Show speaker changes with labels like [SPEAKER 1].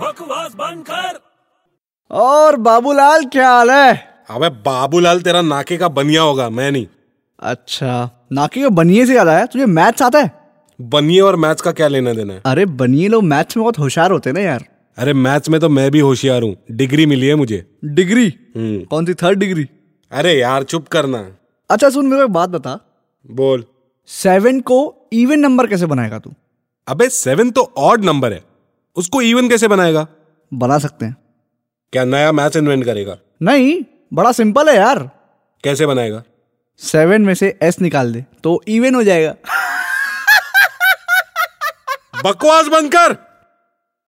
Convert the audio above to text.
[SPEAKER 1] बकवास बंद कर
[SPEAKER 2] और बाबूलाल क्या हाल है
[SPEAKER 3] अबे हाँ बाबूलाल तेरा नाके का बनिया होगा मैं नहीं
[SPEAKER 2] अच्छा नाकी को बनिए से याद आया तुझे मैथ्स आता है
[SPEAKER 3] बनिए और मैथ्स का क्या लेना देना है
[SPEAKER 2] अरे बनिए लोग मैथ्स में बहुत होशियार होते हैं ना यार
[SPEAKER 3] अरे मैथ्स में तो मैं भी होशियार हूँ डिग्री मिली है मुझे
[SPEAKER 2] डिग्री
[SPEAKER 3] हम्म।
[SPEAKER 2] कौन सी थर्ड डिग्री
[SPEAKER 3] अरे यार चुप करना
[SPEAKER 2] अच्छा सुन मेरे को एक बात बता
[SPEAKER 3] बोल
[SPEAKER 2] सेवन को इवन नंबर कैसे बनाएगा तू
[SPEAKER 3] अबे सेवन तो ऑड नंबर है उसको इवन कैसे बनाएगा
[SPEAKER 2] बना सकते हैं
[SPEAKER 3] क्या नया मैथ्स इन्वेंट करेगा
[SPEAKER 2] नहीं बड़ा सिंपल है यार
[SPEAKER 3] कैसे बनाएगा
[SPEAKER 2] सेवन में से एस निकाल दे तो इवन हो जाएगा
[SPEAKER 3] बकवास बंद कर